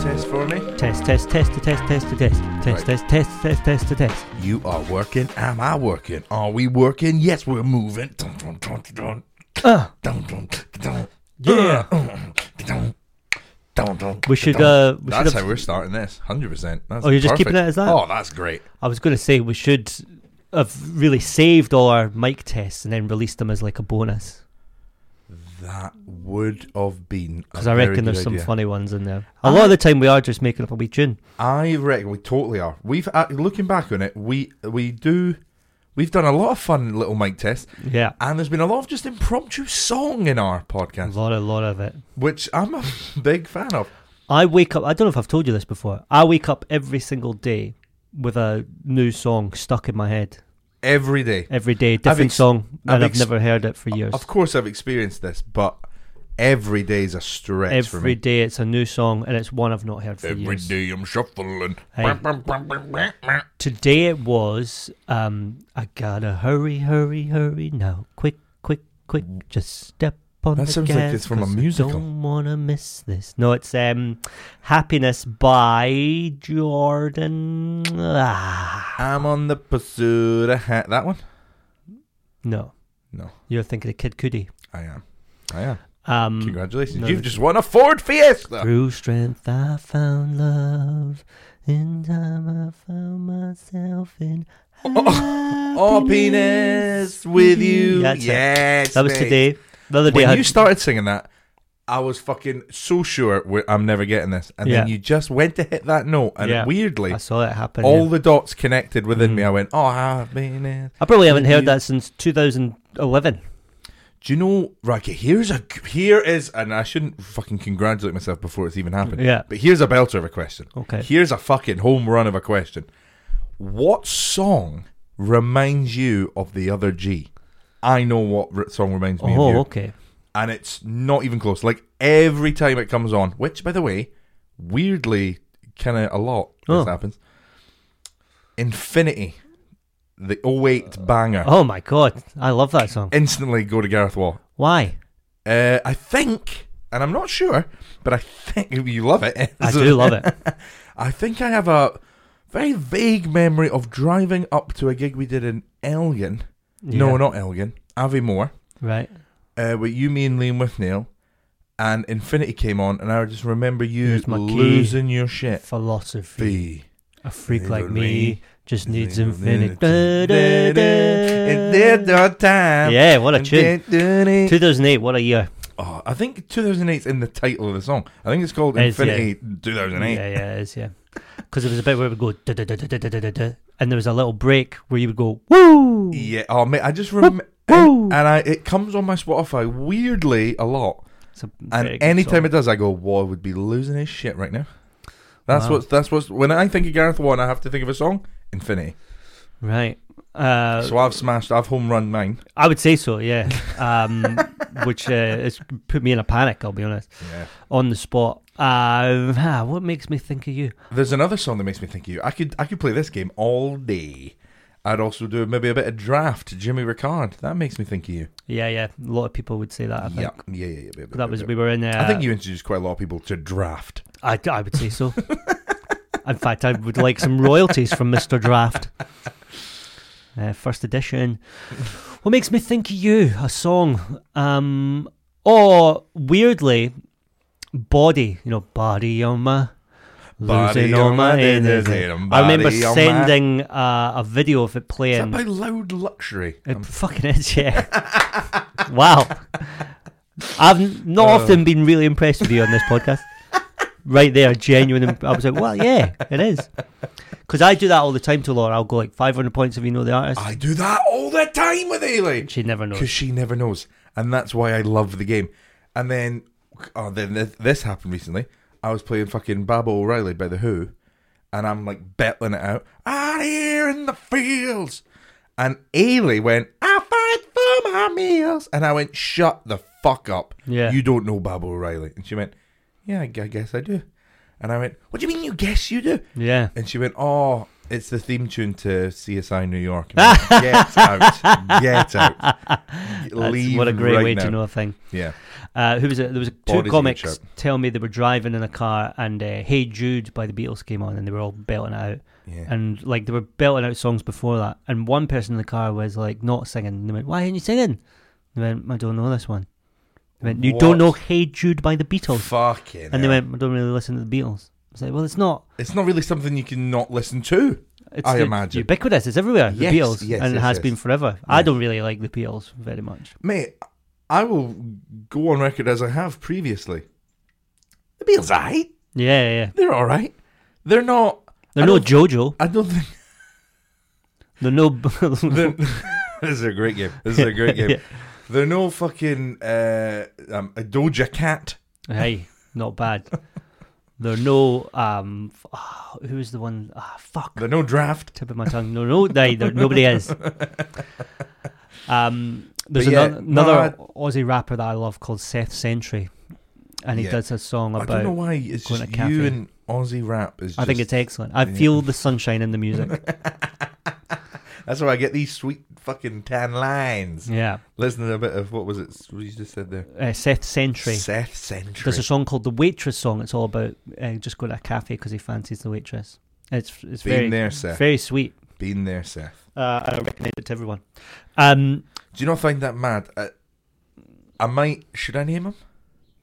test for me? Test, test, test, to test, test, to test, Right. test, test, test, test, test, to test. You are working. Am I working? Are we working? Yes, we're moving. Dun, dun, dun, dun, Uh, dun, dun, dun, yeah. dun, dun, dun, dun, We should. dun. Uh, we should that's have, how we're starting this. Hundred percent. Oh, you're just keeping it as that? Oh, that's great. I was going to say we should have really saved all our mic tests and then released them as like a bonus That would have been because I reckon there's some fun. funny ones in there. A lot of the time we are just making up a wee tune. I reckon we totally are. We've uh, looking back on it, we we do, we've done a lot of fun little mic tests, Yeah, and there's been a lot of just impromptu song in our a podcast, lot, a lot of it. which I'm a big fan of. I wake up. I don't know if I've told you this before. I wake up every single day with a new song stuck in my head. Every day, Every day, different ex- song, I've and I've ex- never heard it for years. of course, I've experienced this, but every day is a stretch for Every me. day, it's a new song, and it's one I've not heard for Every years. day I'm shuffling. Hey. Today it was. Um, I gotta hurry, hurry, hurry now! Quick, quick, quick! Just step on That the sounds like gas it's from a 'cause I musical. Don't wanna miss this. No, it's um, "Happiness" by Jordan. Ah, I'm on the pursuit of ha- that one. no, No, you're thinking of Kid Cudi. I am. I am. Um, Congratulations, no, you've no. just won a Ford Fiesta. Through strength I found love. In time I found myself in happiness. Oh, penis with you. That's it. yes, That was mate. today. The other day I when had, you started singing that, I was fucking so sure we- I'm never getting this, and then Yeah. you just went to hit that note, and Yeah. weirdly, I saw it happen. all yeah. the dots connected within me. Mm. I went, "Oh, I've been in." I probably haven't you- heard that since 2011. Do you know, Rocky? Here's a here is, and I shouldn't fucking congratulate myself before it's even happened. Yeah. but here's a belter of a question. Okay. Here's a fucking home run of a question. What song reminds you of the other G? I know what re- song reminds me of Oh, you. okay. and it's not even close. Like every time it comes on, which by the way, weirdly, kind of a lot Oh. this happens. Infinity, the 08 banger, Oh my god, I love that song. instantly go to Gareth Wall. Why? Uh, I think, and I'm not sure, but I think you love it. I do love it. I think I have a very vague memory of driving up to a gig we did in Elgin. No, Yeah. not Elgin, Aviemore. Right. uh, with you, me, and Liam Withnail, and Infinity came on, and I just remember you Here's my key. losing your shit. Philosophy. Fee. A freak like Infinity. me just needs infinity. Infinity. It's their dark time. Yeah, what a tune. Infinity. 2008, what a year. Oh, I think 2008 is in the title of the song. I think it's called It's, Infinity Yeah, 2008. yeah, it is, yeah. Because there was a bit where we go, "Duh, duh, duh, duh, duh, duh, duh, duh, duh," and there was a little break where you would go, woo! Yeah. Oh, mate, I just remember. Woo! And, and I, it comes on my Spotify weirdly a lot. It's a very And good anytime song. it does, I go, "Whoa, I would be losing his shit right now." That's Wow. what's that's what's when I think of Gareth One, I have to think of a song, Infinity. Right. Uh, so I've smashed, I've home run mine. I would say so, yeah. Um, which uh, has put me in a panic, I'll be honest. Yeah. On the spot. Uh, ah, what makes me think of you? There's another song that makes me think of you. I could I could play this game all day. I'd also do maybe a bit of draft, Jimmy Ricard. That makes me think of you. Yeah, yeah. A lot of people would say that, I think. yeah. yeah, yeah, yeah, yeah, yeah, That was, yeah. we were in there. I think you introduced quite a lot of people to draft. I, I would say so. In fact, I would like some royalties from Mr. Draft. Uh, first edition. What makes me think of you? A song. Um, or, weirdly, Body. You know, Body on my... Body Losing on all my my energy. energy and I remember body on my- sending uh, a video of it playing. Is that by Loud Luxury? Um, It fucking is, yeah. wow. I've n- Oh. not often been really impressed with you on this podcast. right there, genuine. imp- I was like, well, yeah, it is. Because I do that all the time to Laura. I'll go like 500 points if you know the artist. I do that all the time with Ailey. she never knows. because she never knows, and that's why I love the game. And then, oh, then th- this happened recently. I was playing fucking Baba O'Reilly by the Who, and I'm like battling it out. Out here in the fields, and Ailey went, "I fight for my meals," and I went, "Shut the fuck up! Yeah. you don't know Baba O'Reilly." And she went, "Yeah, I gu- I guess I do." And I went, "What do you mean you guess you do?" Yeah. And she went, "Oh, It's the theme tune to CSI New York. get out. Get out. That's- Leave what a great right way now. to know a thing. Yeah. Uh, who was it? There was two Bodies eat each comics other. tell me they were driving in a car and uh, "Hey Jude" by the Beatles came on, and they were all belting it out. Yeah. And like they were belting out songs before that, and one person in the car was like not singing. And they went, "Why aren't you singing?" They went, "I don't know this one." They went, "You What? don't know Hey Jude by the Beatles?" Fucking. And they hell. went, "I don't really listen to the Beatles." I was like, "Well, it's not. It's not really something you can not listen to. It's I u- imagine. ubiquitous. It's everywhere. The Yes, Beatles, yes, and it yes, has yes. been forever. I Yeah. don't really like the Beatles very much. Mate, I will go on record as I have previously. The Beatles are right. Yeah, yeah. yeah. They're all right. They're not. They're I no don't- JoJo. I don't think. They're no. They're, this is a great game. This is a great game. Yeah. They're no fucking uh, um, a Doja Cat. Hey, not bad. There are no um. f- ah, who was the one? Ah, fuck. They're no draft. Tip of my tongue. No, no, they, there, nobody is. Um, there's But yeah, ano- another, no, Aussie rapper that I love called Seth Sentry, and he Yeah. does a song I about. don't know why. It's going just to you cafe. and Aussie rap. Is I think just- it's excellent. I Yeah. feel the sunshine in the music. That's why I get these sweet fucking tan lines. yeah, Listen to a bit of what was it? What you just said there. uh, Seth Sentry. Seth Century. There's a song called "The Waitress Song." It's all about uh, just going to a cafe because he fancies the waitress. It's it's Been very there, Seth. very sweet. Been there, Seth. Uh, I recommend it to everyone. Um, Do you not find that mad? I, I might. Should I name him?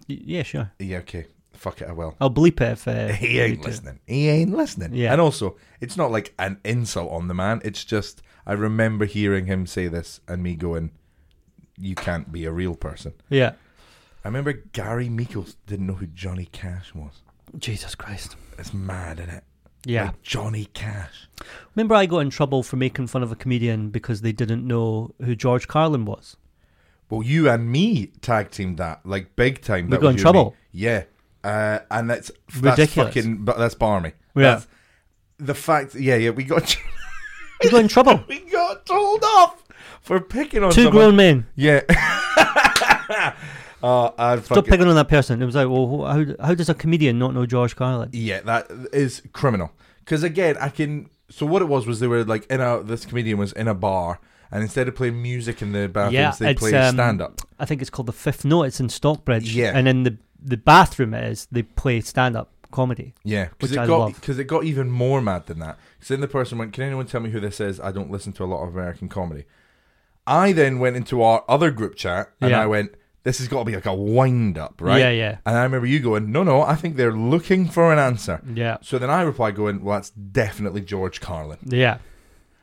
y- yeah, sure. Yeah, okay. Fuck it, I will. I'll bleep it if uh, He you ain't do. listening. He ain't listening. Yeah. And also, it's not like an insult on the man. It's just I remember hearing him say this and me going, "You can't be a real person." Yeah. I remember Gary Meekles didn't know who Johnny Cash was. Jesus Christ. It's mad, isn't it? Yeah. Like Johnny Cash. Remember, I got in trouble for making fun of a comedian because they didn't know who George Carlin was. Well, you and me tag teamed that like big time. We That got was you and in me. trouble. Yeah, uh, and that's that's Ridiculous. fucking but that's barmy. Yeah. That's- the fact. Yeah, yeah, we got We got in trouble. we got told off for picking on Two someone. grown men. yeah. oh, I'd Stop fucking picking on that person. It was like, well, wh- how, how does a comedian not know George Carlin? yeah. That is criminal. Because again, I can. So what it was was they were like in a this comedian was in a bar. And instead of playing music in the bathrooms, Yeah, they it's, played um, stand up. I think it's called The Fifth Note. It's in Stockbridge. Yeah. And in the, the bathroom, it is, they play stand up comedy. Yeah, because Which it I got love. because it got even more mad than that. Because then the person went, "Can anyone tell me who this is? I don't listen to a lot of American comedy." I then went into our other group chat and Yeah. I went, "This has got to be like a wind up, right?" Yeah, yeah. And I remember you going, "No, no, I think they're looking for an answer." Yeah. So then I replied, going, "Well, that's definitely George Carlin." Yeah.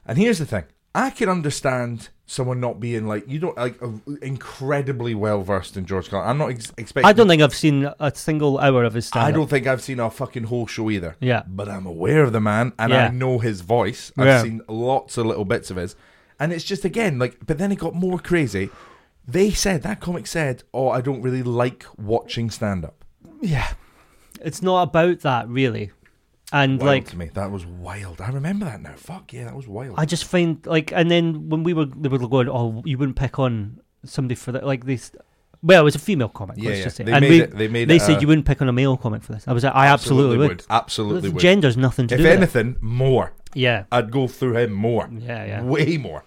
And here's the thing: I can understand someone not being like you don't like uh, incredibly well versed in George Carlin. I'm not ex- expecting. I don't think I've seen a single hour of his stand I don't think I've seen a fucking whole show either. Yeah. But I'm aware of the man and Yeah. I know his voice. I've Yeah. seen lots of little bits of his. And it's just again like but then it got more crazy. They said that comic said, Oh, I don't really like watching stand up. Yeah. It's not about that, really. And, Like like, to me. That was wild. I remember that now. Fuck yeah, that was wild. I just find like, and then when we were they were going, oh, you wouldn't pick on somebody for that, like this. Well, it was a female comic. yeah, let's yeah. just say, They, and made we, it, they made they it said a- you wouldn't pick on a male comic for this. I was like, I absolutely, would. Absolutely That's- would. Gender's nothing to if do with it. anything, more. Yeah, I'd go through him more. yeah, yeah. Way more.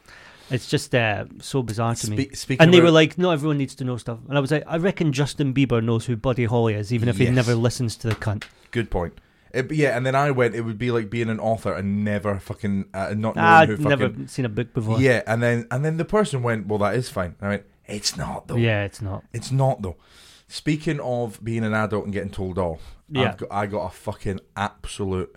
It's just uh, so bizarre to me. Spe- speaking And they about- were like, not everyone needs to know stuff. And I was like, I reckon Justin Bieber knows who Buddy Holly is, even if he Yes. never listens to the cunt. Good point. It, yeah, and then I went. It would be like being an author and never fucking uh, not knowing who I've fucking never seen a book before. yeah. And then and then the person went, "Well, that is fine." And I went, "It's not though. yeah, it's not. It's not though." Speaking of being an adult and getting told off, Yeah. I've got, I got a fucking absolute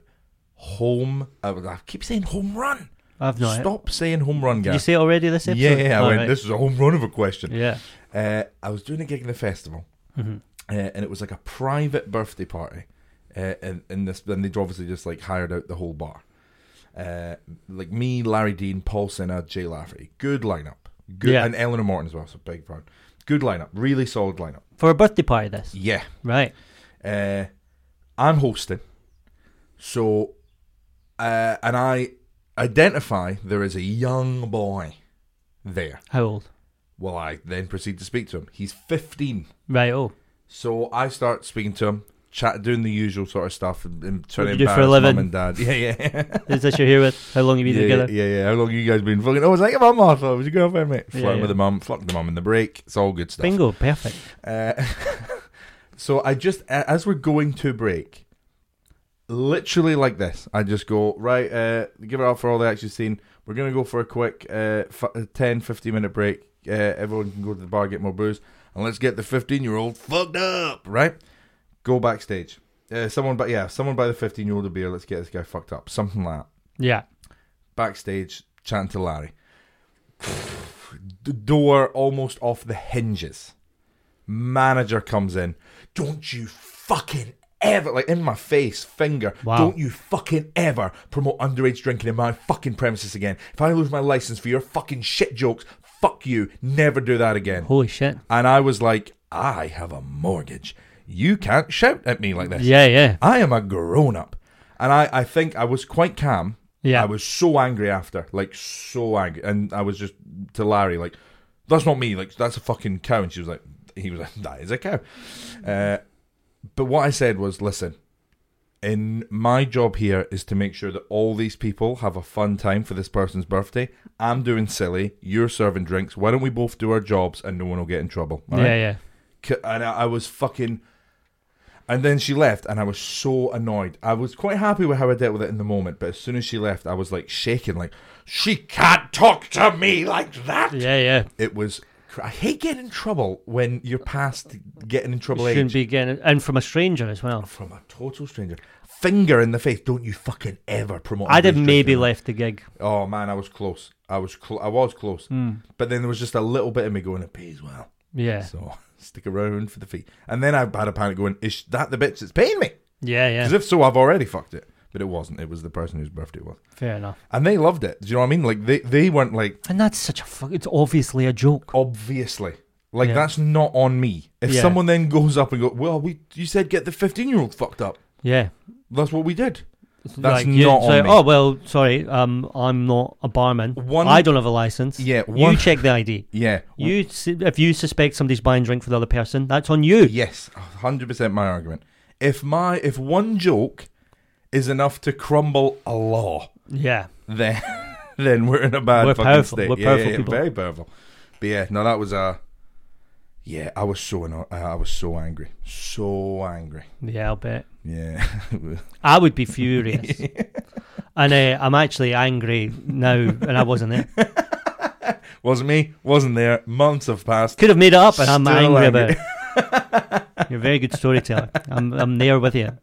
home. I, was- I keep saying home run. I've not. Stop saying home run, Did you guys. say it already this episode? Yeah, yeah. I All went. right. This is a home run of a question. Yeah. Uh, I was doing a gig in the festival, Mhm. uh, and it was like a private birthday party, uh, and and this then they'd obviously just like hired out the whole bar, uh, like me, Larry Dean, Paul Sinner, Jay Lafferty, good lineup, good, Yeah. and Eleanor Morton as well, so big fan, good lineup, really solid lineup, For a birthday party, this. yeah. Right. Uh, I'm hosting, so, uh, and I identify there is a young boy there. How old? Well, I then proceed to speak to him. He's 15. Right. Oh. So I start speaking to him, chat, doing the usual sort of stuff, and, and trying What to you do for a embarrass living. mum and dad. Yeah, yeah. Is that you're here with? How long have you been yeah, together? Yeah, yeah. How long you guys been fucking? Oh, it's like a mum, Martha. It was your girlfriend, mate. Yeah, Flirting yeah. with the mum, flirting with the mum in the break. It's all good stuff. Bingo, perfect. Uh, so I just, a- as we're going to break, literally like this, I just go, right, uh, give it up for all the action scene. We're going to go for a quick uh, f- 10, 15 minute break. Uh, everyone can go to the bar, get more booze, and let's get the 15 year old fucked up, right? Go backstage. Uh, someone, but yeah, someone buy the 15 year old a beer. Let's get this guy fucked up. Something like that Yeah. backstage chatting to Larry. D- Door almost off the hinges. Manager comes in. Don't you fucking ever, like in my face, finger. Wow. Don't you fucking ever promote underage drinking in my fucking premises again. If I lose my license for your fucking shit jokes, fuck you. Never do that again. Holy shit. And I was like, I have a mortgage. You can't shout at me like this. Yeah, yeah. I am a grown up. And I, I think I was quite calm. Yeah. I was so angry after, like so angry. And I was just to Larry, like, that's not me, like, that's a fucking cow. And she was like, he was like, that is a cow. Uh, but what I said was, listen, in my job here is to make sure that all these people have a fun time for this person's birthday. I'm doing silly, you're serving drinks. Why don't we both do our jobs and no one will get in trouble? all right? Yeah, yeah. C- and I, I was fucking. And then she left, and I was so annoyed. I was quite happy with how I dealt with it in the moment, but as soon as she left, I was like shaking, like she can't talk to me like that. Yeah, yeah. It was. cr- I hate getting in trouble when you're past getting in trouble Shouldn't age be getting and from a stranger as well. from a total stranger. Finger in the face! Don't you fucking ever promote. I'd have underage maybe drinking. left the gig. Oh man, I was close. I was cl- I was close. Hmm. But then there was just a little bit of me going, "It pays well." Yeah. So stick around for the fee. And then I had a panic going, is that the bitch that's paying me? Yeah, As yeah. if so, I've already fucked it. But it wasn't. It was the person whose birthday it was. Fair enough. And they loved it. Do you know what I mean? Like, they, they weren't like, And that's such a fuck. It's obviously a joke. obviously. Like, Yeah. that's not on me. If Yeah. someone then goes up and go, well, we you said get the 15 year old fucked up. Yeah. That's what we did. It's That's you not on say, me. Oh well, sorry. Um, I'm not a barman. One- I don't have a license. Yeah, You one- check the ID. Yeah. You s- if you suspect somebody's buying drink for the other person, that's on you. Yes, 100% my argument. If my if one joke is enough to crumble a law, Yeah. then then we're in a bad We're fucking powerful. state. We're yeah, powerful yeah, yeah, people. very powerful. But yeah, no, that was a. Yeah, I was so anno- uh, I I was so angry, so angry. Yeah, I'll bet. Yeah, I would be furious. and uh, I'm actually angry now, and I wasn't there. wasn't me, wasn't there. Months have passed. Could have made it up, and I'm Still angry, angry. about it. You're a very good storyteller. I'm, I'm there with you.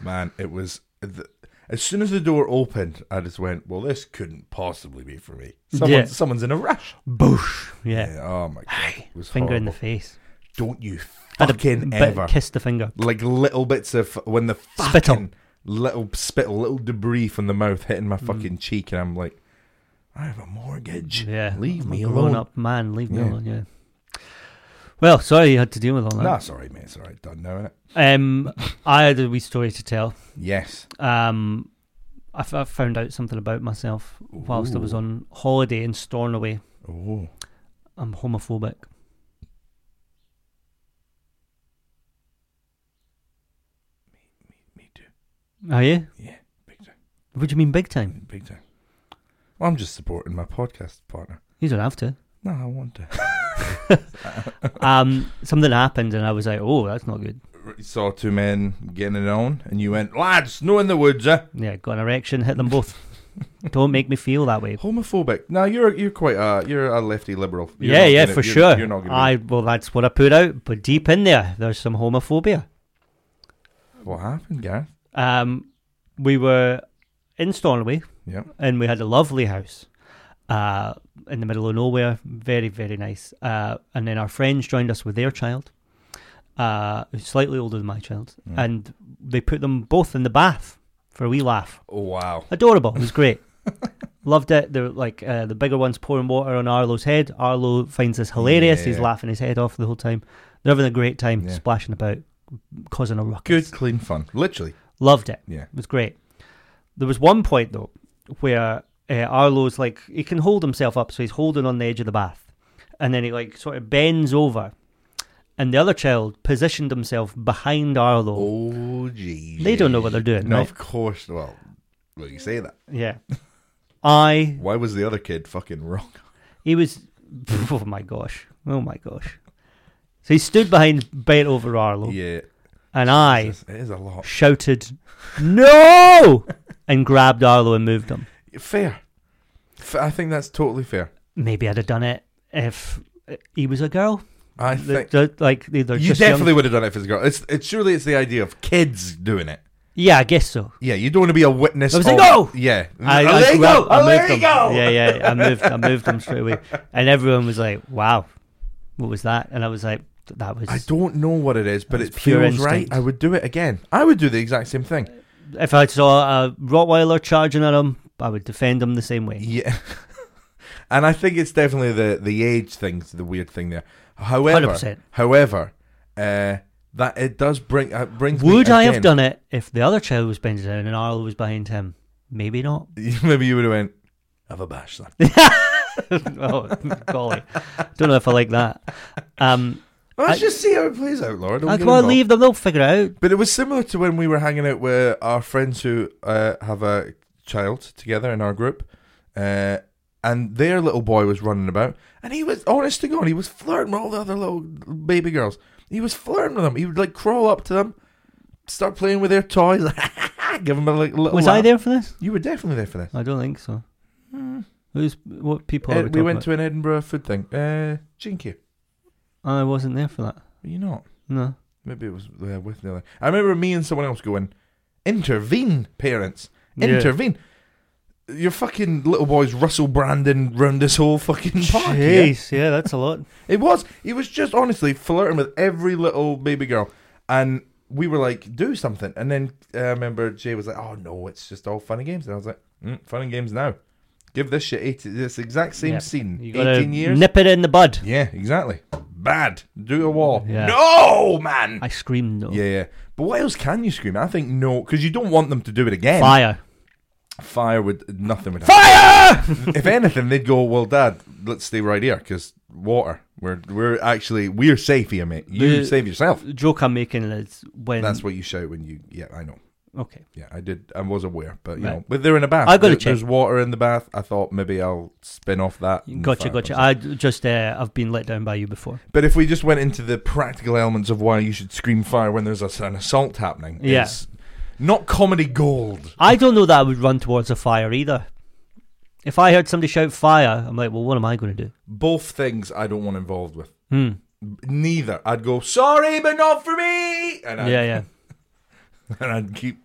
Man, it was. The, as soon as the door opened, I just went, "Well, this couldn't possibly be for me. Someone, Yeah. someone's in a rush." Boosh. Yeah. Yeah, oh my god, it was Finger in the horrible. face. Don't you Had a fucking bit- ever Kiss the finger. like little bits of when the fucking Spittle. little spittle, little debris from the mouth hitting my fucking cheek, and I'm like, I have a mortgage. Mm. Yeah. leave I'm me a alone. Grown-up man, leave me Yeah. alone, yeah. Well, sorry you had to deal with all that. Nah, it's alright, mate. It's alright. Done now, innit? Um, I had a wee story to tell. Yes. Um, I, f- I found out something about myself whilst I was Ooh. on holiday in Stornoway. Oh, I'm homophobic. me too. Are you? Yeah, big time, Oh, What do you mean big time? big time. Well, I'm just supporting my podcast partner. You don't have to. No, I want to. Um, something happened and I was like, oh, that's not good. Saw two men getting it on, and you went, lads, no in the woods, eh? Yeah, got an erection, hit them both. don't make me feel that way. Homophobic. No, you're you're quite a you're a lefty liberal. You're yeah, not yeah, gonna- for you're- sure. You're not gonna. I well, that's what I put out, but deep in there, there's some homophobia. be- What happened, Gareth? Um, we were in Stornoway Yeah. and we had a lovely house uh, in the middle of nowhere. Very, very nice. Uh, and then our friends joined us with their child, uh, who's slightly older than my child, Mm. and they put them both in the bath for a wee laugh. Oh wow. Adorable. It was great. Loved it. They're like uh, the bigger ones pouring water on Arlo's head. Arlo finds this hilarious. He's Yeah. laughing his head off the whole time. They're having a great time, Yeah. splashing about, causing a ruckus. Good, clean fun. Literally. Loved it. Yeah. It was great. There was one point though where uh, Arlo's like he can hold himself up, so he's holding on the edge of the bath, and then he like sort of bends over, and the other child positioned himself behind Arlo. Oh, gee. They don't know what they're doing, No, right? of course. Well, well, you say that. Yeah. I Why was the other kid fucking wrong? he was oh my gosh. Oh my gosh. So he stood behind bent over Arlo Yeah. and I It is a lot. shouted No and grabbed Arlo and moved him. Fair. F- I think that's totally fair. Maybe I'd have done it if he was a girl. I They- think they're- like they- they're you just young. definitely would have done it if it's a girl. It's, it's surely it's the idea of kids doing it. Yeah, I guess so. Yeah, you don't want to be a witness. I was of, like, "No!" Yeah, I, I Allego, grabbed- I moved Allego! them. Yeah, yeah. I moved. I moved them straight away, and everyone was like, "Wow, what was that?" And I was like, "That was." I don't know what it is, but That it was pure feels right. instinct. I would do it again. I would do the exact same thing. If I saw a Rottweiler charging at him, I would defend him the same way. Yeah, and I think it's definitely the the age thing's the weird thing there. However, 100%. however, uh, that it does bring uh, brings. me Would I have again- done it if the other child was bending down and Arlo was behind him? Maybe not. Maybe you would have went. Have a bash, son. oh, golly, don't know if I like that. Um, Let's I- just see how it plays out, Laura. Don't I get can I involved. leave them. They'll figure it out. But it was similar to when we were hanging out with our friends who uh, have a child together in our group, uh, and their little boy was running about, and he was honest to God, he was flirting with all the other little baby girls. He was flirting with them. He would like crawl up to them, start playing with their toys, give them a like, little. Was I lap. there Hmm. for this? You were definitely there for this. I don't think so. Who's what people? Uh, are we went to an Edinburgh food thing. Uh, Jinky, I wasn't there for that. were you not? No. Maybe it was uh, with the other. I remember me and someone else going, intervene, parents, intervene. Your fucking little boy's Russell Brandon round this whole fucking park. Yeah? Jeez, yeah, that's a lot. It was. He was just honestly flirting with every little baby girl, and we were like, do something. And then uh, I remember Jay was like, oh no, it's just all fun and games. And I was like, mm, fun and games now. Give this shit 80, this exact same Yeah. scene. You gotta Eighteen years. nip it in the bud. yeah, exactly. Bad. Do a wall. Yeah. No, man. I screamed no. Yeah, yeah. But what else can you scream? I think no, because you don't want them to do it again. Fire. Fire would nothing would happen. Fire! if anything, they'd go, "Well, Dad, let's stay right here because water. We're we're actually we're safe here, mate. You The- save yourself." The joke I'm making is when. That's what you shout when you. Yeah, I know. okay. Yeah, I did. I was aware, but you Right. know, but they're in a bath. I've gotta There- check. There's water in the bath. I thought maybe I'll spin off that. and Gotcha, fire gotcha. myself. I d- just uh, I've been let down by you before. But if we just went into the practical elements of why you should scream fire when there's a, an assault happening, Yeah. it's not comedy gold. I don't know that I would run towards a fire either. If I heard somebody shout fire, I'm like, well, what am I going to do? Both things I don't want involved with. Hmm. neither. I'd go, sorry, but not for me. And I'd, Yeah, yeah. And I'd keep,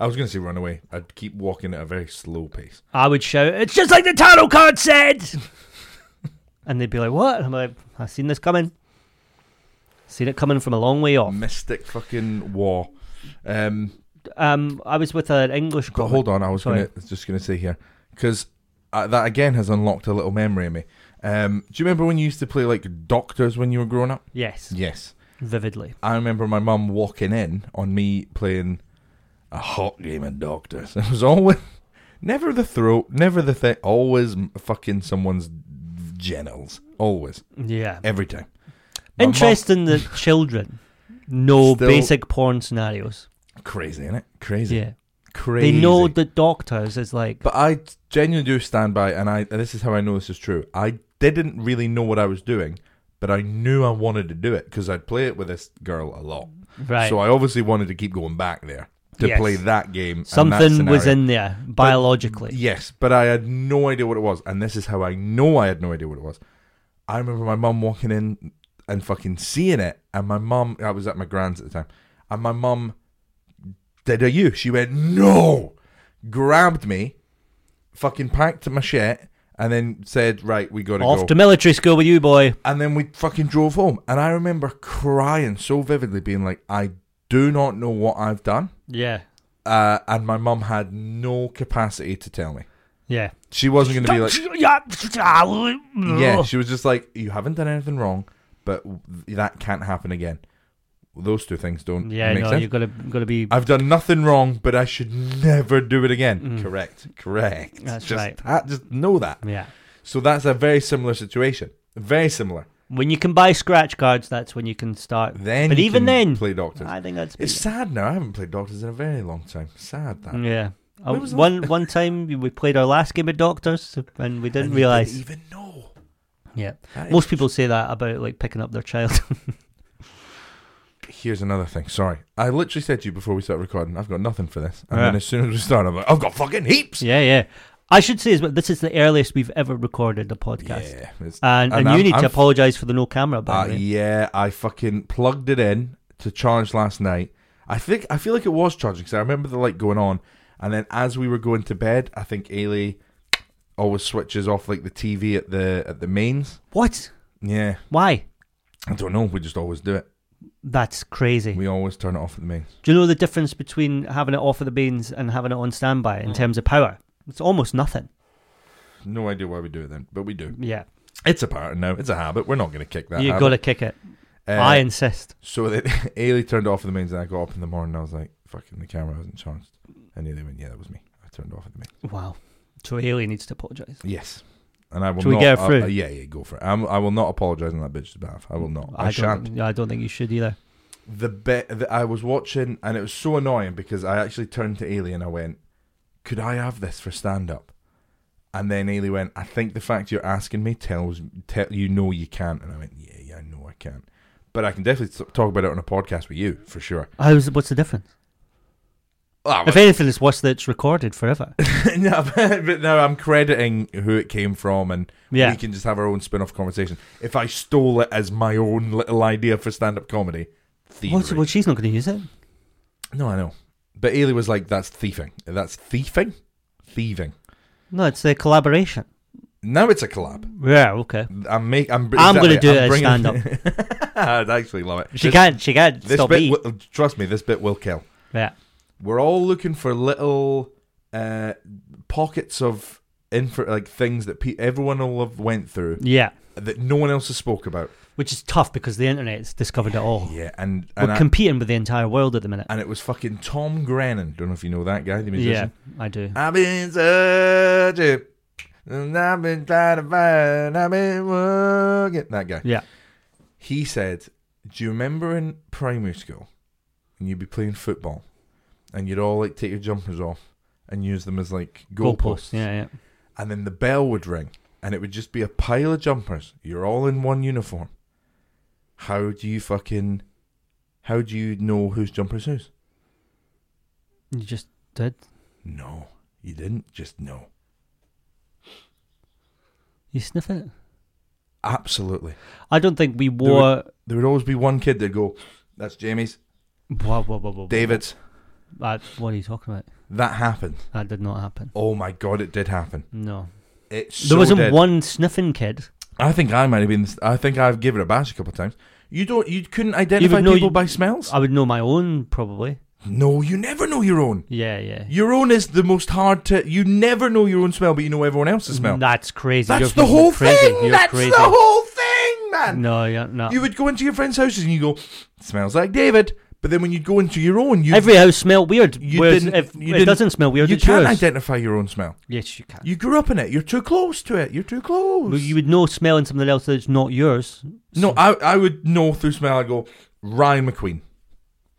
I was going to say run away. I'd keep walking at a very slow pace. I would shout, it's just like the tarot card said! and they'd be like, what? I'm like, I've seen this coming. Seen it coming from a long way off. Mystic fucking war. Um, Um, I was with an English but comic. hold on, I was Sorry. gonna, just going to say here, because uh, that again has unlocked a little memory in me. Um, do you remember when you used to play like doctors when you were growing up? Yes, Yes. vividly. I remember my mum walking in on me playing a hot game of doctors. It was always never the throat, never the thing, always m- fucking someone's genitals. Always, Yeah. every time. My mum- Interesting that children know Still- basic porn scenarios. crazy, innit? Crazy, Yeah. crazy. They know that doctors is like, But I genuinely do stand by, and I and this is how I know this is true. I didn't really know what I was doing, but I knew I wanted to do it because I'd play it with this girl a lot. right. So I obviously wanted to keep going back there to Yes. play that game. and that Something was scenario. in there biologically. Yes, but I had no idea what it was, and this is how I know I had no idea what it was. I remember my mum walking in and fucking seeing it, and my mum, I was at my grand's at the time, and my mum did a you. She went no, grabbed me, fucking packed my shit, and then said, "Right, we gotta Off go." to military school with you, boy. and then we fucking drove home, and I remember crying so vividly, being like, "I do not know what I've done," Yeah. uh, and my mum had no capacity to tell me. Yeah. She wasn't going to be like, yeah, yeah. she was just like, you haven't done anything wrong, but that can't happen again. Those two things don't Yeah, make no, sense. you've got to got to be. I've done nothing wrong, but I should never do it again. Mm. Correct, correct. That's just, right. ha- just know that. yeah. So that's a very similar situation. Very similar. When you can buy scratch cards, that's when you can start. Then but you even can then, play Doctors. I think that's it's sad now. I haven't played Doctors in a very long time. Sad that. yeah. Uh, When was the one one time we played our last game of Doctors and we didn't And you realize. Didn't even know. yeah, That most is- people say that about like picking up their child. Here's another thing. Sorry, I literally said to you before we started recording, I've got nothing for this. And Yeah. then as soon as we start, I'm like, I've got fucking heaps. yeah, yeah. I should say as well. This is the earliest we've ever recorded a podcast, Yeah, it's- and, and, And you I'm- need I'm to f- apologise for the no camera. By uh, the way. yeah. I fucking plugged it in to charge last night. I think I feel like it was charging because I remember the light going on, and then as we were going to bed, I think Ailey always switches off like the TV at the at the mains. What? Yeah, Why? I don't know. We just always do it. That's crazy. We always turn it off at the mains. Do you know the difference between having it off of the beans and having it on standby in Mm. terms of power? It's almost nothing. No idea why we do it then, but we do. Yeah, It's a pattern now. It's a habit. We're not going to kick that. you habit. got to kick it. Uh, I insist. So that Ailey turned off the mains, and I got up in the morning. and I was like, "Fucking the camera hasn't charged." And Ailey went, "Yeah, that was me. I turned off the mains." Wow. So Haley needs to apologise. Yes, and I will. Shall we not, get her uh, through? uh, yeah, yeah, go for it. I'm, I will not apologise on that bitch's behalf. I will not. I, don't. shan't. think- I don't think you should either. The bit that I was watching, and it was so annoying because I actually turned to Ailey and I went, "Could I have this for stand up?" And then Ailey went, "I think the fact you're asking me tells tell you know you can't." And I went, "Yeah, yeah, I know I can't." But I can definitely t- talk about it on a podcast with you for sure. How's what's the difference? Ah, If anything, it's worse that it's recorded forever. no, but, but no, I'm crediting who it came from, and Yeah. we can just have our own spin off conversation. If I stole it as my own little idea for stand up comedy, thievery. What's, well, she's not going to use it. No, I know. But Ailey was like, that's thieving. That's thieving? Thieving. No, it's a collaboration. Now it's a collab. Yeah. Okay. I'm make. I'm, I'm gonna do it as stand up. I'd actually love it. She This- can't. She can't This stop bit, me. will, trust me, this bit will kill. yeah. we're all looking for little uh, pockets of info, like things that pe- everyone will have went through Yeah. that no one else has spoke about. Which is tough because the internet's discovered it all. Yeah, and Oh. We're and, I- competing with the entire world at the minute. and it was fucking Tom Grennan. Don't know if you know that guy, the Yeah, musician. I do. I've been searching, and I've been trying to find, I've been working. That guy. Yeah. He said, "Do you remember in primary school, and you'd be playing football, and you'd all like take your jumpers off and use them as like goalposts? Goalposts. Yeah, yeah. and then the bell would ring, and it would just be a pile of jumpers. You're all in one uniform. How do you fucking? How do you know whose jumper's whose? You just did. No, you didn't. Just know. You sniff it. Absolutely. I don't think we wore. There would always be one kid that'd go, "That's Jamie's, Whoa, whoa, whoa, whoa, whoa. David's." Uh, what are you talking about? That happened. That did not happen. Oh my god, it did happen. No, It so there wasn't did. one sniffing kid. I think I might have been. I think I've given it a bash a couple of times. You don't. You couldn't identify know people you- by smells. I would know my own probably. no, you never know your own. Yeah, yeah. Your own is the most hard to. You never know your own smell, but you know everyone else's smell. That's crazy. That's You're- the you're whole crazy. thing. You're That's crazy. the whole thing, man. No, you're not. You would go into your friends' houses and you go, "Smells like David," but then when you go into your own, you Every house smell weird. You whereas didn't- if you it didn't- doesn't smell weird, you it's can't yours. identify your own smell. yes, you can. You grew up in it. You're too close to it. You're too close. Well, you would know smelling something else that's not yours. no, I, I would know through smell. I go Ryan McQueen,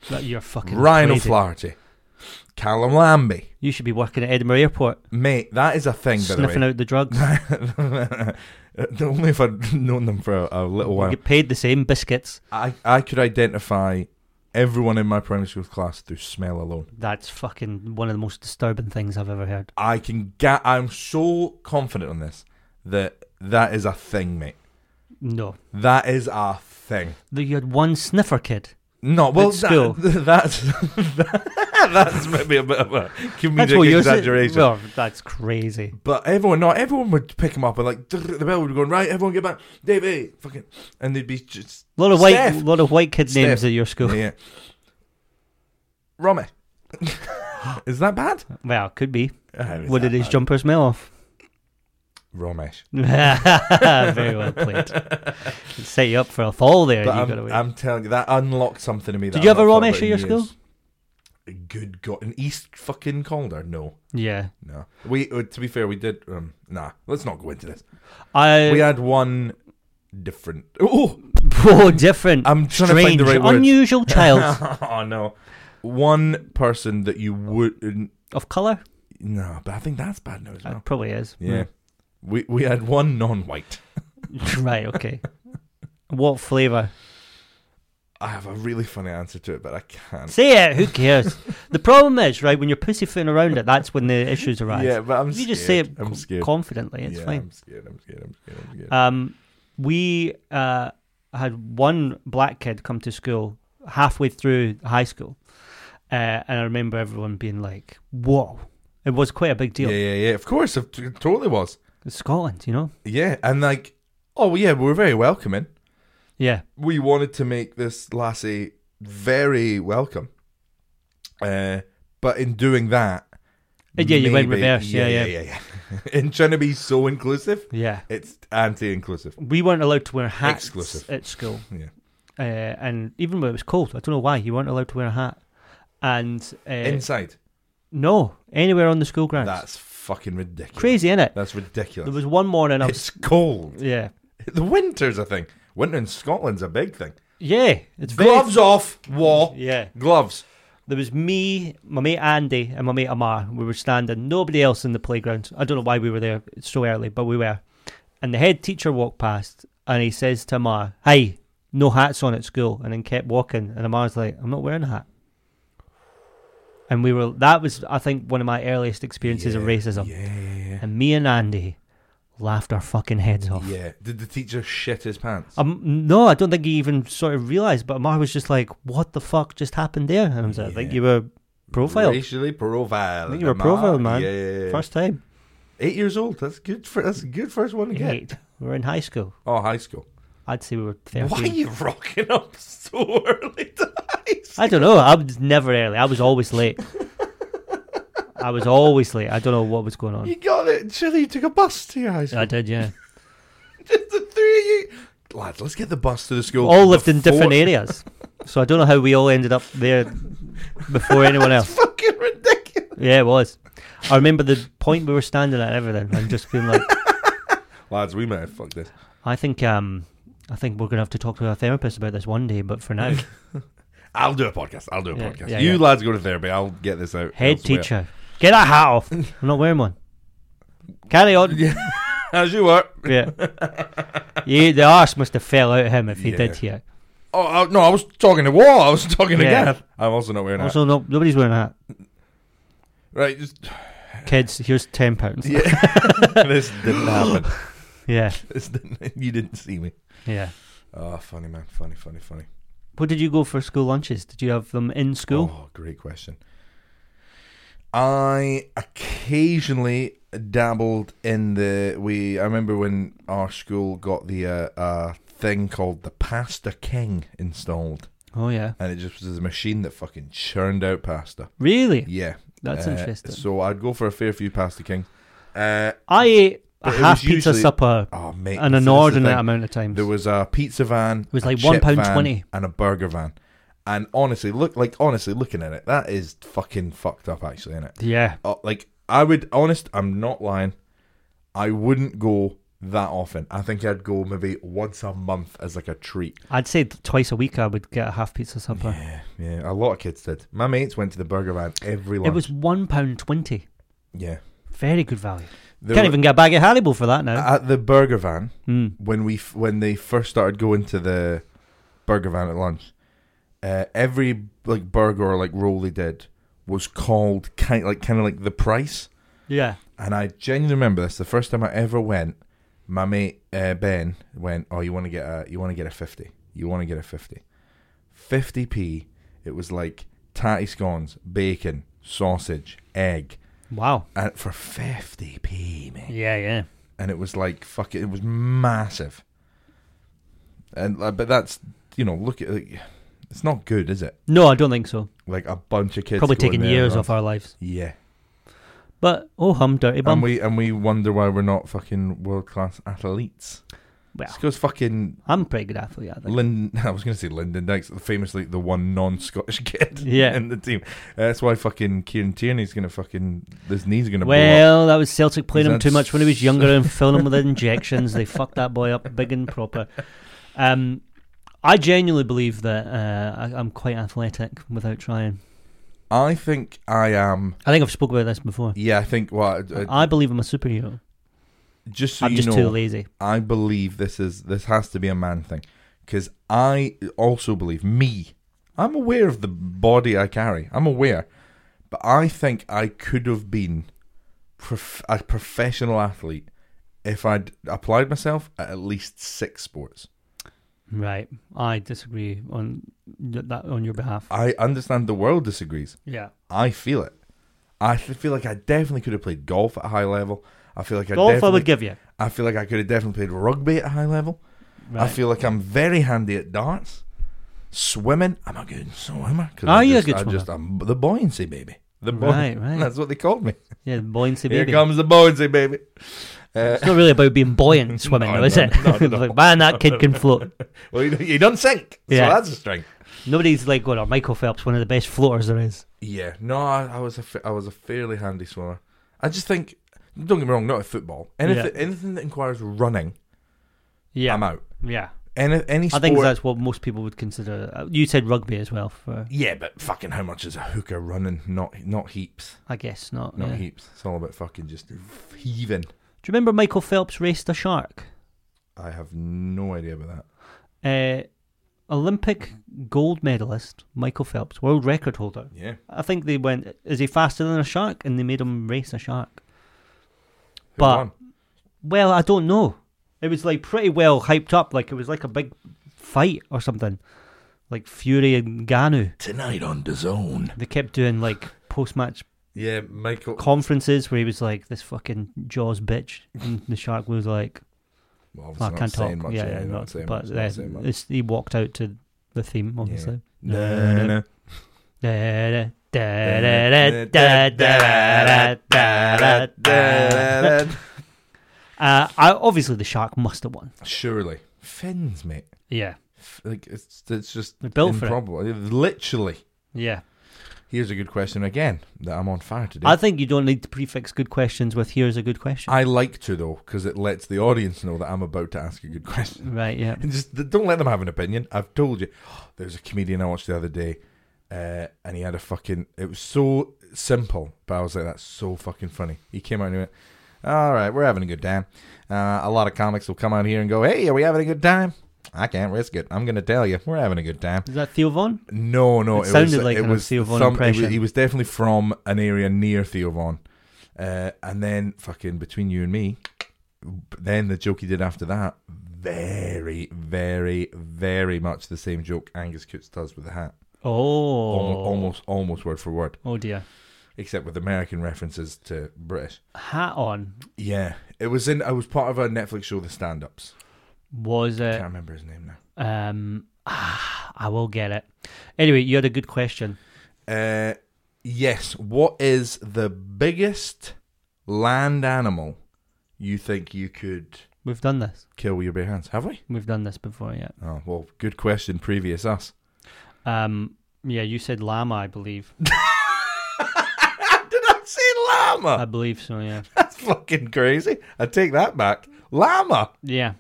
That you're fucking Ryan crazy. O'Flaherty, Callum Lambie, You should be working at Edinburgh Airport, mate. That is a thing. By sniffing out the drugs. the way, only if I'd known them for a, a little You while. get paid the same biscuits. I, I could identify everyone in my primary school class through smell alone. That's fucking one of the most disturbing things I've ever heard. I can get. I'm so confident on this that that is a thing, mate. No. That is a thing. That You had one sniffer kid. No, well, At school. that, that's that's maybe a bit of a comedic That's what you're saying. exaggeration. Well, that's crazy. but everyone, not everyone would pick him up and like "Drr," the bell would be going right. Everyone get back, Davey, fucking, and they'd be just A lot of white, Steph. lot of white kid names Steph. at your school. yeah. Romy, is that bad? Well, could be. Oh, is What that did his bad? jumper smell off? Romesh. Very well played. Could set you up for a fall there. But you I'm, got away. I'm telling you, that unlocked something in me. Did you have a Ramesh at your school? Good God, an East fucking Calder? No, yeah, no. We uh, to be fair, we did. Um, nah, let's not go into this. I we had one different. Oh, Whoa, different. I'm trying to find strange, the right words. unusual child oh no. One person that you would of color. no, but I think that's bad news. That No. probably is. Oh. Yeah, we we had one non-white. Mm. right. Okay. What flavor? I have a really funny answer to it, but I can't. Say it. Who cares? the problem is, right, when you're pussyfooting around it, that's when the issues arise. Yeah, but I'm. you scared. just say it I'm co- scared. confidently. It's yeah, fine. I'm scared. I'm scared. I'm scared. I'm scared. Um, we uh, had one black kid come to school halfway through high school, uh, and I remember everyone being like, "Whoa!" It was quite a big yeah, deal. yeah, yeah. Of course, it t- totally was. It's Scotland, you know. Yeah, and like, oh yeah, we were very welcoming. Yeah, we wanted to make this lassie very welcome. Uh, but in doing that, Uh, yeah, you went reverse, yeah, yeah, yeah, yeah. in trying to be so inclusive, yeah. it's anti-inclusive. We weren't allowed to wear hats Exclusive. at school, Yeah, uh, and even when it was cold, I don't know why you weren't allowed to wear a hat. And uh, inside no, anywhere on the school grounds. that's fucking ridiculous. crazy, innit? That's ridiculous. There was one morning I was, it's cold. yeah, The winter's a thing. Winter in Scotland's a big thing. yeah. It's very- Gloves off, war. Yeah. Gloves. There was me, my mate Andy, and my mate Amar. We were standing, nobody else in the playground. I don't know why we were there so early, but we were. And the head teacher walked past and he says to Amar, Hi, no hats on at school. And then kept walking. And Amar's like, I'm not wearing a hat. And we were, that was, I think, one of my earliest experiences of Yeah, racism. Yeah, yeah, And me and Andy laughed our fucking heads off. yeah. yeah. Did the teacher shit his pants? Um, no, I don't think he even sort of realised, but Amar was just like, What the fuck just happened there? And I was like, I think Yeah. you were profiled. Racially profiled. I think you were profiled, man. Yeah, yeah, yeah. First time. Eight years old. That's good. For, that's a good first one to get. Eight. We were in high school. Oh, high school. I'd say we were 13. Why are you rocking up so early to high school? I don't know. I was never early. I was always late. I was always late. I don't know what was going on. You got it. Surely you took a bus to your high school. I did, yeah. Just the three of you. Lads, let's get the bus to the school. All lived in before- different areas. So I don't know how we all ended up there before anyone That's else. fucking ridiculous. Yeah, it was. I remember the point we were standing at and everything and just being like, Lads, we might have fucked this. I think um, I think we're going to have to talk to our therapist about this one day, but for now, I'll do a podcast. I'll do a Yeah, podcast. yeah, you yeah. lads go to therapy. I'll get this out. head elsewhere. teacher, get that hat off. I'm not wearing one. Carry on. Yeah. As you were. Yeah. yeah, the arse must have fell out of him if he did here. Oh, I, no, I was talking to Wall. I was talking Yeah. to Gav. I'm also not wearing a hat. Also, no, nobody's wearing that. Right. Just, Kids, here's ten pounds. Yeah. yeah. this didn't happen. yeah, This didn't, you didn't see me. Oh, funny man, funny, funny, funny. What did you go for school lunches? Did you have them in school? Oh, great question. I occasionally dabbled in the we. I remember when our school got the uh, uh, thing called the Pasta King installed, Oh, yeah. and it just was a machine that fucking churned out pasta. Really? Yeah, That's Uh, interesting. So I'd go for a fair few Pasta King. Uh, I ate a But it half was pizza usually- supper oh mate, an this is the inordinate thing. amount of times. There was a pizza van. It was like £1.20. £1.20. And a burger van. And honestly, look like honestly looking at it, that is fucking fucked up actually, isn't it? yeah. Uh, like I would honest, I'm not lying. I wouldn't go that often. I think I'd go maybe once a month as like a treat. I'd say twice a week I would get a half pizza supper. Yeah, yeah. A lot of kids did. My mates went to the burger van every It lunch. was £1.20. yeah. Very good value. There Can't were- Ah. even get a bag of Haribo for that now. at the burger van mm. when we f- when they first started going to the burger van at lunch, uh, every like burger or like roll they did was called kind like kind of like the price. Yeah. And I genuinely remember this. The first time I ever went, my mate uh, Ben went, "Oh, you want to get a you want to get a fifty? You want to get a 50. 50 p. It was like tatty scones, bacon, sausage, egg, Wow. and for fifty p, mate. Yeah, yeah. And it was like fuck it, it was massive. And uh, but that's you know look at like, it's not good, is it? No, I don't think so. Like a bunch of kids Probably going taking there years and- off our lives. Yeah, But oh hum, dirty bum. and we and we wonder why we're not fucking world class athletes. Well, Because fucking I'm a pretty good athlete, I think. Lynn, I was going to say Lyndon Dykes, famously the one non-Scottish kid Yeah. in the team. That's why fucking Kieran Tierney's going to fucking his knee's going to blow up. Well, that was Celtic playing him too That's- much when he was younger and filling him with injections. They fucked that boy up big and proper. Um, I genuinely believe that uh, I, I'm quite athletic without trying. I think I am. I think I've spoken about this before. Yeah, I think. Well, I- I- I believe I'm a superhero. just so I'm you just know, too lazy. I believe this is this has to be a man thing because I also believe me. I'm aware of the body I carry. I'm aware, but I think I could have been prof- a professional athlete if I'd applied myself at at least six sports. Right. I disagree on th- that on your behalf. I understand the world disagrees. Yeah. I feel it. I th- feel like I definitely could have played golf at a high level. I feel like I Golf I definitely, would give you. I feel like I could have definitely played rugby at a high level. Right. I feel like I'm very handy at darts. Swimming, I'm a good swimmer. 'cause Are I you a just- good I just, I'm the buoyancy baby. The buoy. right, right. That's what they called me. Yeah, the buoyancy Here baby. comes the buoyancy baby. Uh, It's not really about being buoyant swimming, No, though, is no, it? no, no. like, man, that kid can float. well, you, you don't sink, Yeah. so that's a strength. Nobody's like going, oh, Michael Phelps, one of the best floaters there is. Yeah, no, I, I was a fa- I was a fairly handy swimmer. I just think, don't get me wrong, not at football. Anything, Yeah. anything that requires running, Yeah. I'm out. Yeah. Any any I sport, think that's what most people would consider. uh, You said rugby as well, for yeah, but fucking how much is a hooker running? Not not heaps, I guess not. not yeah. Do you heaps. It's all about fucking just heaving. remember Michael Phelps raced a shark? I have no idea about that. Uh, Olympic gold medalist Michael Phelps, world record holder. Yeah. I think they went, is he faster than a shark? And they made him race a shark. But- Well, I don't know. It was like pretty well hyped up, like it was like a big fight or something, like Fury and Ganu. tonight on the zone. They kept doing like post-match Yeah, Michael. conferences where he was like, "This fucking Jaws bitch," and the shark was like, Well, "Well, obviously I not can't saying talk." Much, yeah, yeah, yeah, not, not, saying but much, then not saying much. it's, he walked out to the theme, obviously. No, no. Da- da- da- da- da- da- da- da- da- da- da. Uh, I- Obviously, the shark must have won. Surely, fins, mate. Yeah, F- Like it's it's just They're built for it. improbable. Literally. yeah. Here's a good question again that I'm on fire today. I think you don't need to prefix good questions with "Here's a good question." I like to though because it lets the audience know that I'm about to ask a good question. Right? Yeah. And just th- don't let them have an opinion. I've told you. There was a comedian I watched the other day, uh, and he had a fucking. It was so simple, but I was like, "That's so fucking funny." He came out and he went, "All right, we're having a good time." Uh, a lot of comics will come out here and go, "Hey, are we having a good time?" I can't risk it. I'm going to tell you, we're having a good time. Is that Theo Von? No, no, It it, sounded was, like it an was Theo Von some- it impression. was- he was definitely from an area near Theo Von, uh, and then fucking between you and me, then the joke he did after that, very, very, very much the same joke Angus Coots does with the hat, Oh, almost, almost, almost word for word, Oh dear. except with American references to British. Hat on. Yeah, it was in. I was part of a Netflix show, The Stand Ups. Was I it? Can't remember his name now. Um, ah, I will get it. Anyway, you had a good question. Uh, yes. What is the biggest land animal you think you could We've done this. kill with your bare hands? Have we? We've done this before, yeah. Oh well, good question. Previous us. Um, yeah, you said llama, I believe. Did I say I llama? believe so, yeah. That's fucking crazy. I take that back. Llama. Yeah,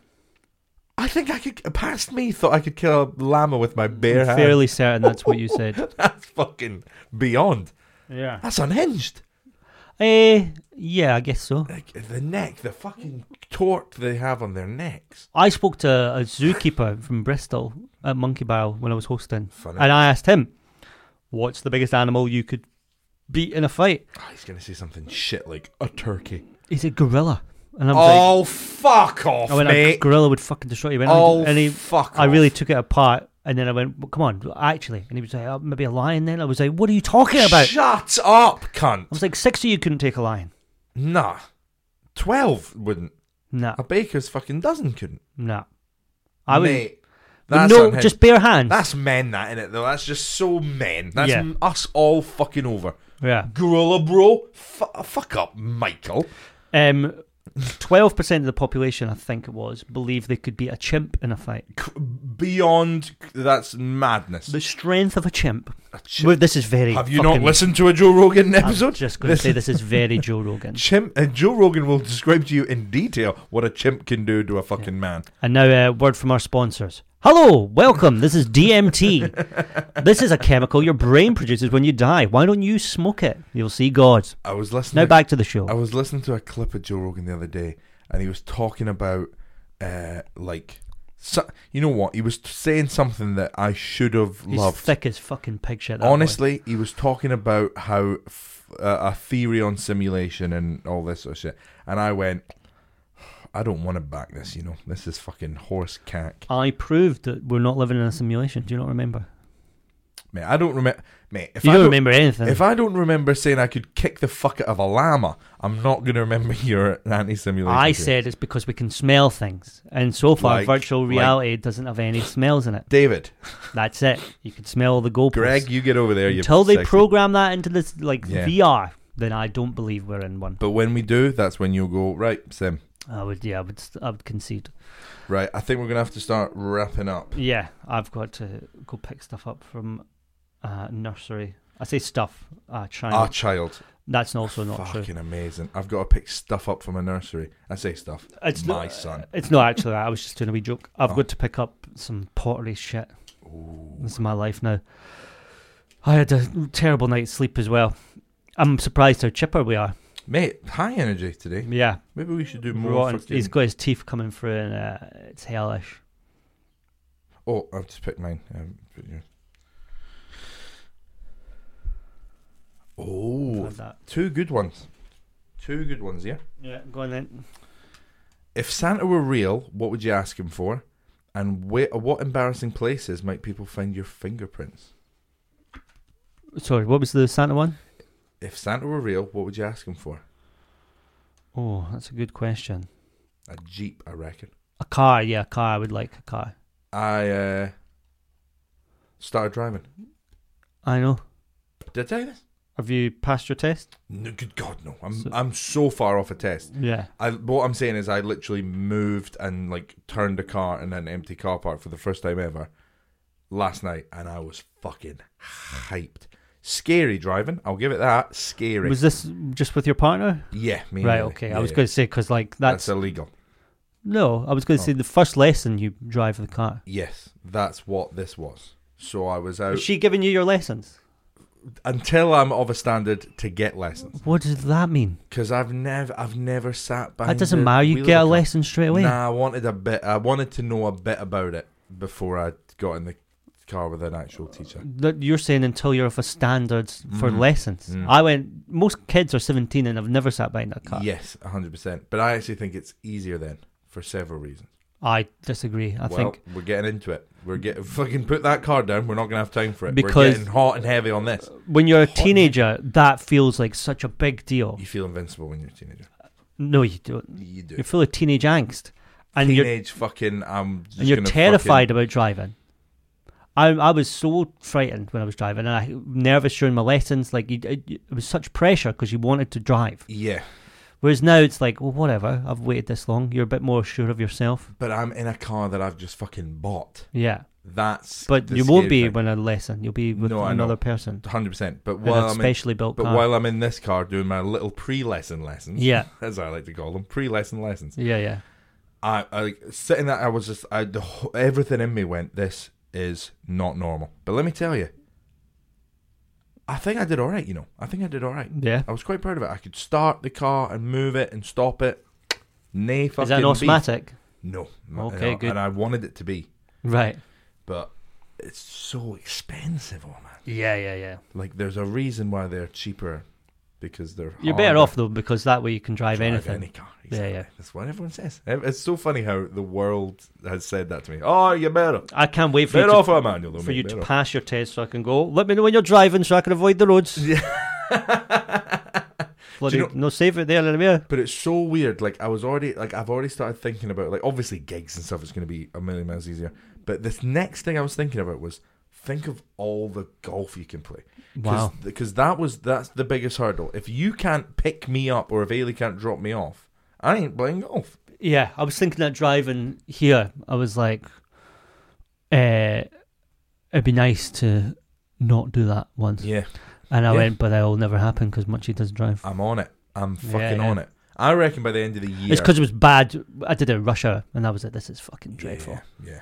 I think I could. Past me thought I could kill a llama with my bare I'm hands. fairly certain that's what you said. That's fucking beyond. Yeah. That's unhinged. Eh, yeah, I guess so. Like the neck, the fucking torque they have on their necks. I spoke to a zookeeper from Bristol at Monkey Barrel when I was hosting, Funny. and I asked him, "What's the biggest animal you could beat in a fight?" Oh, he's gonna say something shit like a turkey. He said gorilla, and I was like, Oh fuck off, "I went, a mate! gorilla would fucking destroy you." He went, oh and he fuck! I off. really took it apart, and then I went, well, "Come on, actually." And he was like, oh, "Maybe a lion." Then I was like, "What are you talking about?" I Shut up, cunt! was like, six of you couldn't take a lion." Nah, twelve wouldn't. Nah, A baker's fucking dozen couldn't. nah. I would Mate, that's no, unhinged. just bare hands. that's men. That in it though. That's just so men. That's Yeah. m- us all fucking over. yeah. Gorilla, bro. F- fuck up, Michael. Um, Twelve percent of the population, I think it was, believe they could beat a chimp in a fight. C- Beyond that's madness. The strength of a chimp. A chimp- Well, this is very. Have you not fucking- listened to a Joe Rogan I'm episode? just going to This- say this is very Joe Rogan. Chimp. Uh, Joe Rogan will describe to you in detail what a chimp can do to a fucking man. And now a word from our sponsors. Hello, welcome. This is DMT. this is a chemical your brain produces when you die. Why don't you smoke it? You'll see God. I was Now listening. back to the show. I was listening to a clip of Joe Rogan the other day, and he was talking about, uh, like, so, you know what? He was t- saying something that I should have He's loved. thick as fucking pig shit. that boy. Honestly, he was talking about how f- uh, a theory on simulation and all this sort of shit, and I went, I don't want to back this. You know, this is fucking horse cack. I proved that we're not living in a simulation. Do you not remember? Mate, I don't remember. Mate, if you I don't don't, remember anything. if I don't remember saying I could kick the fuck out of a llama, I'm not going to remember your anti-simulation. I theory. said it's because we can smell things, and so far Like- virtual like- reality doesn't have any smells in it. David, That's it. You can smell the goalposts. Greg, you get over there. You Until they sexy- program that into this like Yeah. VR, then I don't believe we're in one. But when we do, that's when you'll go right, Sim. I would, yeah, I would, I would concede. Right, I think we're gonna have to start wrapping up. Yeah, I've got to go pick stuff up from uh, nursery. I say stuff. Uh, China. Our child, That's also not true. Ah, fucking amazing. I've got to pick stuff up from a nursery. I say stuff. It's my not, son. It's not actually that. I was just doing a wee joke. I've Oh. got to pick up some pottery shit. Ooh. This is my life now. I had a terrible night's sleep as well. I'm surprised how chipper we are. Mate, high energy today. Yeah, Maybe we should do more. rotten. Fucking... He's got his teeth coming through, and uh, it's hellish. Oh, I've just picked mine. Um, put yours. Oh, Had that. two good ones. Two good ones, yeah. Yeah, go on then. If Santa were real, what would you ask him for? And wh- what embarrassing places might people find your fingerprints? Sorry, what was the Santa one? If Santa were real, what would you ask him for? Oh, that's a good question. A jeep, I reckon. A car, yeah, a car. I would like a car. I uh, started driving. I know. Did I tell you this? Have you passed your test? No, good God, no! I'm So- I'm so far off a test. Yeah. I what I'm saying is I literally moved and like turned a car in an empty car park for the first time ever last night, and I was fucking hyped. Scary driving, I'll give it that. Scary. Was this just with your partner? yeah, me. and Right. Lily. Okay. Yeah, I was yeah. going to say because like that's, That's illegal. no. I was going to Oh. say the first lesson you drive the car. Yes, that's what this was. So I was out Is she giving you your lessons? until I'm of a standard to get lessons What does that mean? because I've never, I've never sat behind. That doesn't the matter. You wheel get a of car. lesson straight away. Nah, I wanted a bit. I wanted to know a bit about it before I got in the car with an actual teacher. That You're saying until you're of a standard for Mm. lessons. Mm. I went. Most kids are 17 and have never sat behind a car. Yes, hundred percent. But I actually think it's easier then for several reasons. I disagree. I well, think we're getting into it. We're getting fucking put that card down. We're not gonna have time for it. we're Because- getting hot and heavy on this. when you're a Hot- teenager, that feels like such a big deal. You feel invincible when you're a teenager. No, you don't. You do. You're full of teenage angst, and you're Teenage fucking. I'm. Just and you're gonna terrified fucking- about driving. I I was so frightened when I was driving, and I nervous during my lessons. Like you, it, it was such pressure because you wanted to drive. yeah, Whereas now it's like, well, whatever. I've waited this long. You're a bit more sure of yourself. but I'm in a car that I've just fucking bought. Yeah, That's. but the you won't scary be thing. when a lesson. You'll be with No, I know. another person. 100%. But in a while I'm in, specially built but car. while I'm in this car doing my little pre-lesson lessons, yeah, as I like to call them, pre-lesson lessons, yeah, yeah. I, I like, sitting there, I was just, I, the, wh- everything in me went, this is not normal. But let me tell you, I think I did all right, you know. I think I did all right. Yeah. I was quite proud of it. I could start the car and move it and stop it. Nay, fucking Is that an beef. automatic? No. Okay, and I, good. And I wanted it to be, Right. but it's so expensive, oh man. Yeah, yeah, yeah. Like, there's a reason why they're cheaper because they're You're better harder. off though because that way you can drive, Oh, drive anything. any car. Yeah, yeah. exactly. That's what everyone says. Ev- It's so funny how the world has said that to me. Oh, you're better. I can't wait for you Better to off a manual, though. for mate, you to better off. pass your test so I can go. Let me know when you're driving so I can avoid the roads. Bloody, Do you no save it there anywhere. But it's so weird. Like I was already like I've already started thinking about like obviously gigs and stuff. It's going to be a million miles easier. But this next thing I was thinking about was think of all the golf you can play. Wow. Because that was that's the biggest hurdle. If you can't pick me up or if Ailey can't drop me off I ain't playing golf. Yeah, I was thinking that driving here, I was like, uh, it'd be nice to not do that once. Yeah, And I Yeah. went, but that'll never happen because Munchie doesn't drive. I'm on it. I'm fucking yeah. on it. I reckon by the end of the year, It's because it was bad. I did a rush hour and I was like, this is fucking dreadful. Yeah, yeah.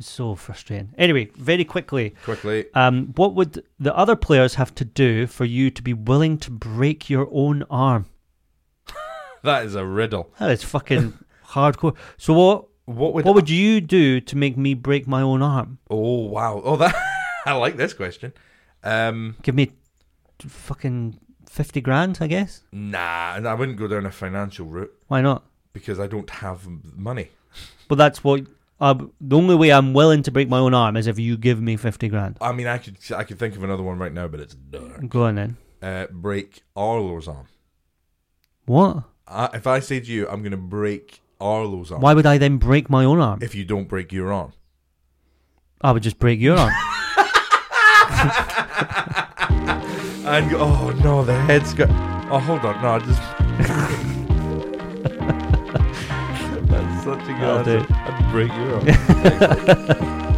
It's so frustrating. Anyway, very quickly, quickly. um, what would the other players have to do for you to be willing to break your own arm? That is a riddle. That is fucking hardcore. So what? What would? What would you do to make me break my own arm? oh wow! Oh that I like this question. Um, Give me t- fucking fifty grand, I guess. nah, and I wouldn't go down a financial route Why not? because I don't have m- money. But that's what. Uh, the only way I'm willing to break my own arm is if you give me fifty grand. I mean, I could I could think of another one right now, but it's dark. Go on then. Uh, break Arlo's arm. What? I, if I say to you, I'm going to break Arlo's arm. Why would I then break my own arm? If you don't break your arm, I would just break your arm. and go, oh no, the head's got. Oh, hold on, no, I just. That's such a good That'll do answer. I'd break your arm.